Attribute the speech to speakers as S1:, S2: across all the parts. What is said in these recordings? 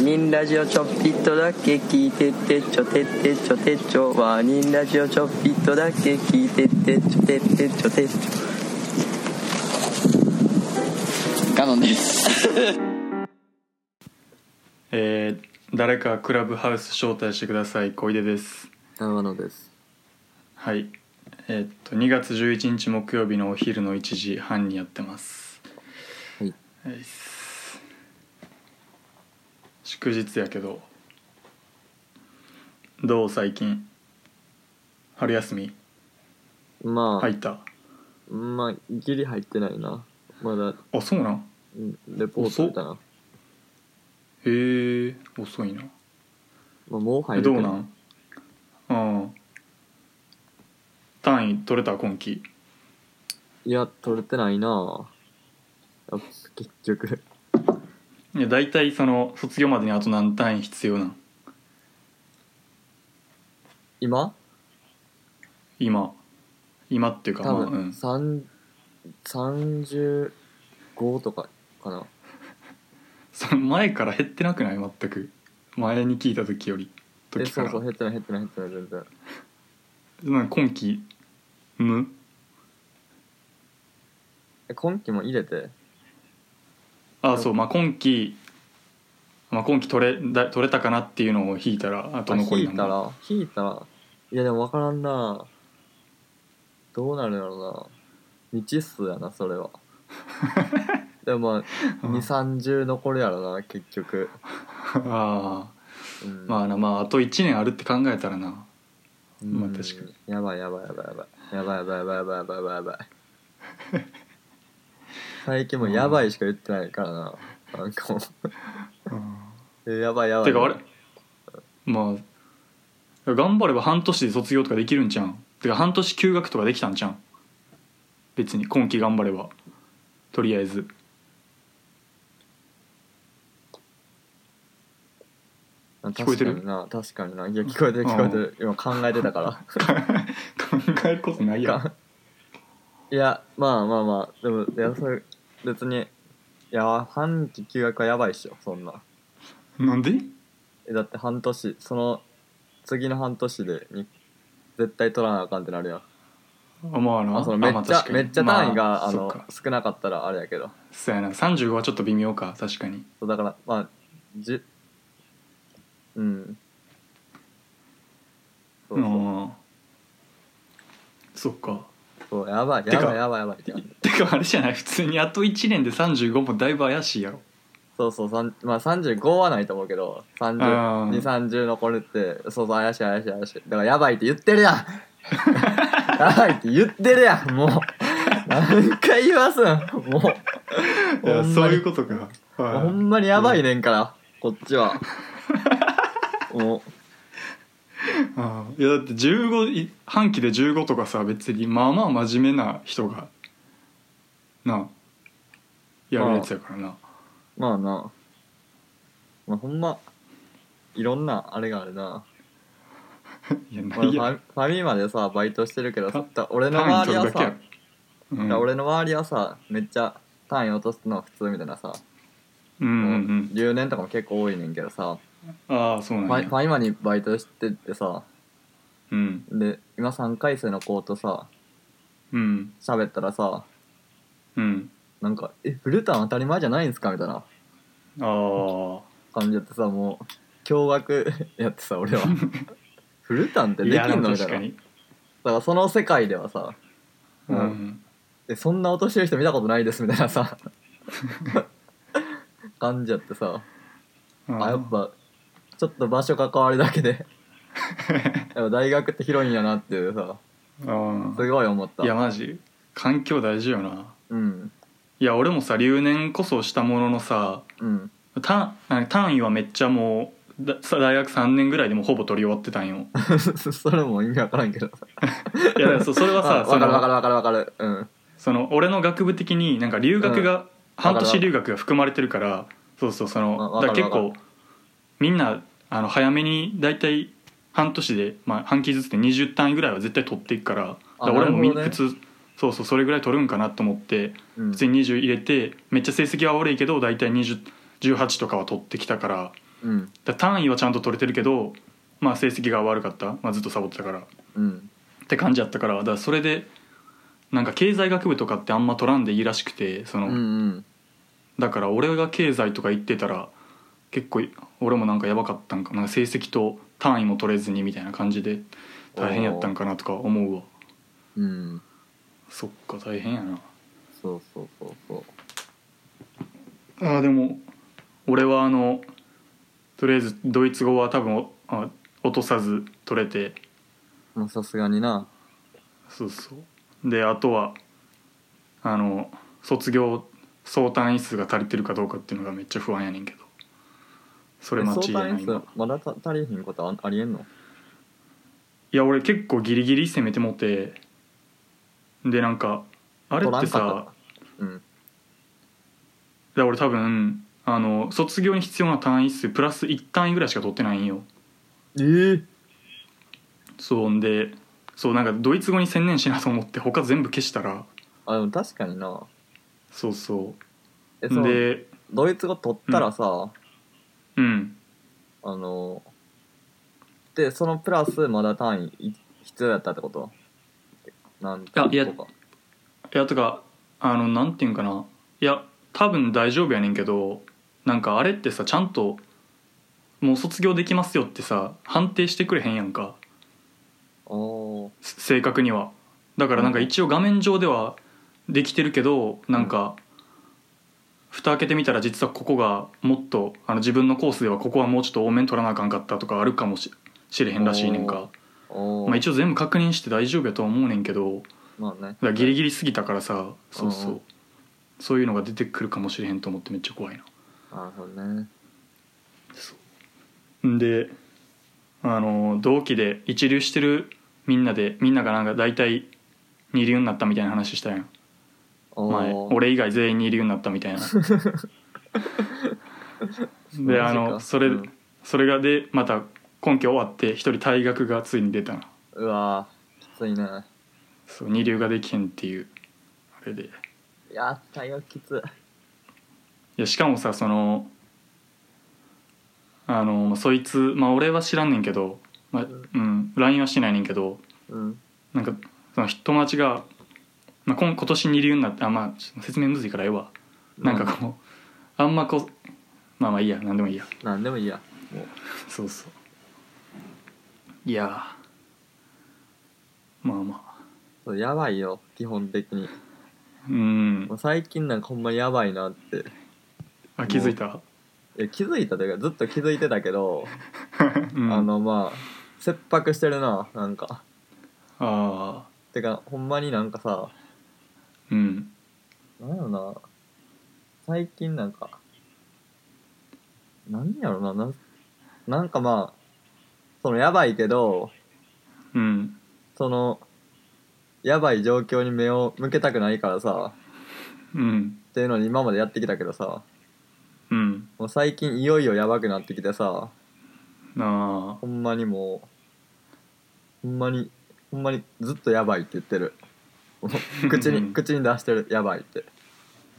S1: 人ラジオちょっぴっとだけ聞いてってちょてってちょてちょワーニンラジオちょっぴっとだけ聞いてってちょてってちょてちょ
S2: ガノンです
S3: えー誰かクラブハウス招待してください小出です
S1: 長野です
S3: はいえーっと2月11日木曜日のお昼の1時半にやってます
S1: はい
S3: はいっす祝日やけどどう最近春休み
S1: まあ、
S3: 入った
S1: まあギリ入ってないなまだ
S3: あそうなん
S1: うんレポートだな、
S3: へえ遅いな
S1: まあ、もう入
S3: え
S1: れて
S3: どうなんああ単位取れた今期
S1: いや取れてないなやっぱ結局
S3: いや大体その卒業までにあと何単位必要なん
S1: 今
S3: 今今っていうか
S1: 多
S3: まあう
S1: 分
S3: ん
S1: 三35とかかな
S3: その前から減ってなくない全く前に聞いた時より
S1: え
S3: 時か
S1: そう
S3: ら
S1: そう減ってない減ってない減ってない全然
S3: なんか今期無
S1: え今期も入れて
S3: あそうまあ今期まあ今期取れだ取れたかなっていうのを引いたらあと
S1: あ
S3: 残
S1: 引
S3: り
S1: い
S3: なん
S1: た
S3: だ
S1: ら引いたらいやでも分からんなどうなるやろうな未知数やなそ れはでもまあ
S3: うん
S1: 2三3 0残るやろな結局、
S3: あ
S1: う
S3: あ
S1: ん、
S3: まあなまああと1年あるって考えたらな
S1: うん
S3: まあ確かに
S1: やばいやばいやばいやばいやばいやばいやばいやばいやばいやばいやばい最近もうやばいしか言ってないからななんかもうえやばいやば
S3: て
S1: い
S3: かあれまあ頑張れば半年で卒業とかできるんじゃんてか半年休学とかできたんじゃん別に今期頑張ればとりあえ ず
S1: あ
S3: 聞こえてる
S1: 確かにな確かにないや聞こえてる聞こえてる今考えてたから
S3: 考えることないやん
S1: かいやまあまあまあでもいやそれ別にいや半期休学はやばいっしょそんな
S3: なんで
S1: えだって半年その次の半年でに絶対取らなあかんってなるやん
S3: あまあな
S1: あそのめ
S3: あ
S1: っ
S3: まあ
S1: ちゃ、
S3: 確かに
S1: めっちゃ単位が、
S3: まあ
S1: あ、
S3: そっ
S1: の
S3: か
S1: 少なかったらあれやけど
S3: そうやな35はちょっと微妙か確かに
S1: そうだからまあじうんそう
S3: う
S1: そうん
S3: そっか
S1: そうやばいやばいやばいやばいってなる
S3: てかあれじゃない普通にあと1年で35もだいぶ怪しいやろ
S1: そうそう、さんまあ、35はないと思うけど、30
S3: あー
S1: 2、30残るって、そうそう、怪しい怪しい怪しい。だから、やばいって言ってるやん やばいって言ってるやんもう何回言わすんもう、ほんまに
S3: ことか
S1: ほんまにやばいねんから、こっちは。 も
S3: ああいやだって15い半期で15とかさ別にまあまあ真面目な人がなあやるやつやからな、
S1: う、まあな、まあ、ほんま、いろんなあれがあるな。
S3: いやない
S1: 俺フ
S3: や
S1: ァ、ファミマでさ、バイトしてるけどさ、俺の
S3: 単位
S1: 周
S3: 取る
S1: りは
S3: だけや
S1: さ
S3: ろ、うん
S1: だから俺の周りはさめっちゃ単位落とすのは普通みたいなさ、
S3: うんうんうん
S1: 留年とかも結構多いねんけどさ、
S3: ああそう
S1: フ
S3: なん
S1: ァ
S3: や
S1: ファイマにバイトしてってさ
S3: うん
S1: で今3回生の子とさ
S3: うん
S1: 喋ったらさ
S3: うん
S1: なんか「えフルタン当たり前じゃないんすか?」みたいな
S3: ああ
S1: 感じやってさもう驚愕 やってさ 俺はフルタンってでき
S3: いや
S1: んのみた
S3: 確か
S1: いなだ
S3: に
S1: からその世界ではさ「
S3: う
S1: もうんえそんな落としてる人見たことないです」みたい なさ感じやってさあやっぱちょっと場所が変わるだけでやっぱ大学って広いんやなっていうさ
S3: あ
S1: すごい思った
S3: あいやマジ環境大事よな
S1: うん
S3: いや俺もさ留年こそしたもののさ
S1: うん
S3: 単なんか単位はめっちゃもうだ大学3年ぐらいでもうほぼ取り終わってたんよ
S1: それも意味わからんけどさ
S3: いやだからそそれは
S1: あ
S3: さ
S1: わ
S3: そ
S1: かる
S3: の
S1: わかるわかるわかるうん
S3: その俺の学部的になんか留学が、半
S1: わかる
S3: 年留学が含まれてるからそうそうそ
S1: わ
S3: の
S1: わ
S3: だ
S1: か
S3: か
S1: る
S3: ら結構みんなあの早めに大体半年で、まあ、半期ずつで20単位ぐらいは絶対取っていくから
S1: あ
S3: だから俺もみ、
S1: なるほどね
S3: 普通そうそうそれぐらい取るんかなと思って
S1: うん
S3: 普通に20入れてめっちゃ成績は悪いけど大体20 18とかは取ってきたから
S1: うん
S3: だから単位はちゃんと取れてるけど、まあ、成績が悪かった、まあ、ずっとサボってたからっ
S1: うん
S3: て感じやったからだからそれでなんか経済学部とかってあんま取らんでいいらしくてその、
S1: うんうん
S3: だから俺が経済とか行ってたら結構俺もなんかやばかったんかなんか成績と単位も取れずにみたいな感じで大変やったんかなとか思うわ
S1: うん
S3: そっか大変やな
S1: そうそうそうそう
S3: あーでも俺はあのとりあえずドイツ語は多分おあ落とさず取れて
S1: まあさすがにな
S3: そうそうであとはあの卒業総単位数が足りてるかどうかっていうのがめっちゃ不安やねんけどそれ間違い
S1: え
S3: ない
S1: 相
S3: な
S1: 談数まだた足りひんことあありえんの
S3: いや俺結構ギリギリ攻めてもってでなんかあれって
S1: 取らんか
S3: さ
S1: ったうん
S3: いや俺多分あの卒業に必要な単位数プラス1単位ぐらいしか取ってないんよ
S1: えー、
S3: そうんでそうなんかドイツ語に専念しなと思って他全部消したら
S1: あでも確かにな
S3: そうそ
S1: え
S3: う
S1: その
S3: で
S1: ドイツ語取ったらさ、
S3: うん
S1: あのでそのプラスまだ単位い必要やったってことなんて
S3: いや
S1: とか
S3: いやとかあのなんていうんかないや多分大丈夫やねんけどなんかあれってさちゃんともう卒業できますよってさ判定してくれへんやんか
S1: あー
S3: す正確にはだからなんか
S1: うん
S3: 一応画面上ではできてるけどなんか蓋開けてみたら実はここがもっとあの自分のコースではここはもうちょっと多めに取らなあかんかったとかあるかもししれへんらしいねんか、
S1: あー
S3: まあ、一応全部確認して大丈夫やとは思うねんけど
S1: まあね
S3: だからギリギリすぎたからさそうそううんそういうのが出てくるかもしれへんと思ってめっちゃ怖いな
S1: なるほどね
S3: んであの同期で一流してるみんなでみんながなんか大体二流になったみたいな話したやん
S1: あー
S3: 前俺以外全員二流になったみたい なであ
S1: マジ
S3: の
S1: か
S3: それ、
S1: うん
S3: それがでまた今期終わって一人退学がついに出たな
S1: うわーきついね
S3: そう二流ができへんっていうあれでい
S1: いやー体力きつ
S3: やしかもさそのあのそいつまあ俺は知らんねんけど、まあうん、LINE はしてないねんけど
S1: うん
S3: なんかその友達が、まあ、今今年二流になってあまあちょっと説明むずいからええわなんかこう、あんまこうまあまあいいや何でもいいや
S1: なんでもいいやもう
S3: そうそういやーまあまあ
S1: そうやばいよ基本的に
S3: うん
S1: もう最近なんかほんまやばいなって
S3: あ気づいた、
S1: いや気づいたというかずっと気づいてたけど、
S3: うん、
S1: あ
S3: あ
S1: のまあ切迫してるななんか
S3: あ
S1: てかほんまになんかさ
S3: ーうん
S1: なんやろな最近なんかなんやろななんなんかまあそのやばいけど
S3: うん
S1: そのやばい状況に目を向けたくないからさ
S3: うん
S1: っていうのに今までやってきたけどさ
S3: うん
S1: もう最近いよいよやばくなってきてさ
S3: あ
S1: ほんまにもうほんまにほんまにずっとやばいって言ってる もう口に口に出してるやばいって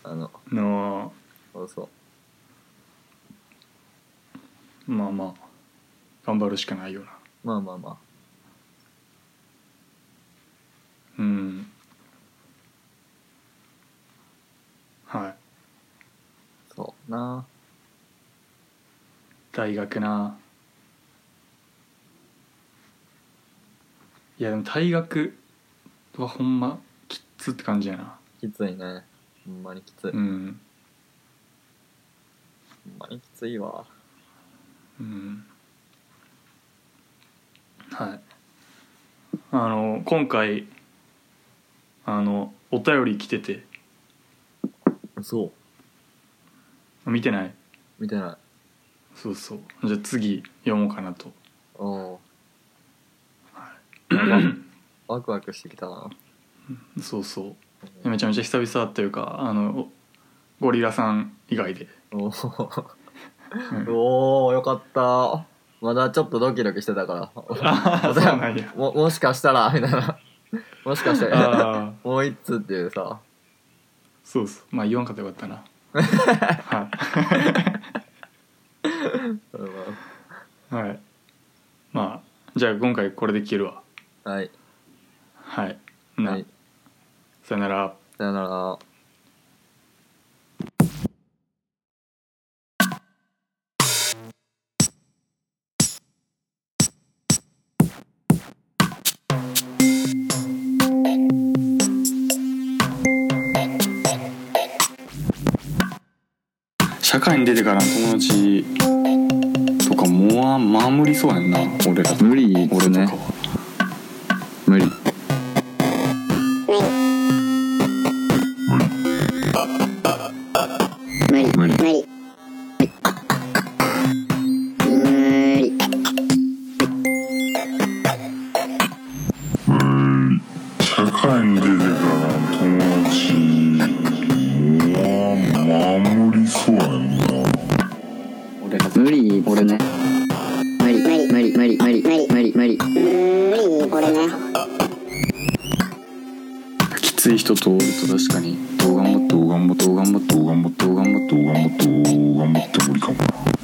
S1: あの
S3: ーなあ
S1: そうそう
S3: まあまあ頑張るしかないよな
S1: まあまあまあ
S3: うんはい
S1: そうな
S3: 大学ないやでも大学はほんまきっつって感じやな
S1: きついねほんまにきつい、
S3: う
S1: ほん
S3: ん
S1: まにきついわ
S3: うんはいあの今回あのお便り来てて
S1: そ
S3: 見てないう
S1: 見てない
S3: そうそうじゃあ次読もうかなと
S1: おおワク ワクワクしてきたな
S3: そうそうめちゃめちゃ久々というかあのゴリラさん以外で、
S1: おー
S3: うん
S1: おーよかったまだちょっとドキドキしてたから
S3: あそうなん や
S1: ももしかしたらみたいなもしかしたら
S3: ああ
S1: もう一通っていうさ
S3: そうそうまあ言わんかったらよかったなはいはいまあじゃあ今回これで消えるわ
S1: はい
S3: はいな、
S1: はい
S3: さよなら
S1: さよなら
S4: 社会に出てからの友達とかもうあんまあ無理そうやんな俺ら
S1: 無理で
S4: 俺
S1: す
S4: とか
S1: ね
S4: は
S1: 無理
S2: 無理無理無理無理
S5: 社会に出てから友達もう守りそうやんな
S4: 俺ら
S2: 無理俺ね無理無理無理無理無理無理無理
S4: きつい人とおると確かにどう頑張っても
S5: どう頑張ってもどう頑張ってもどう頑張ってもどう頑張っても無理かもな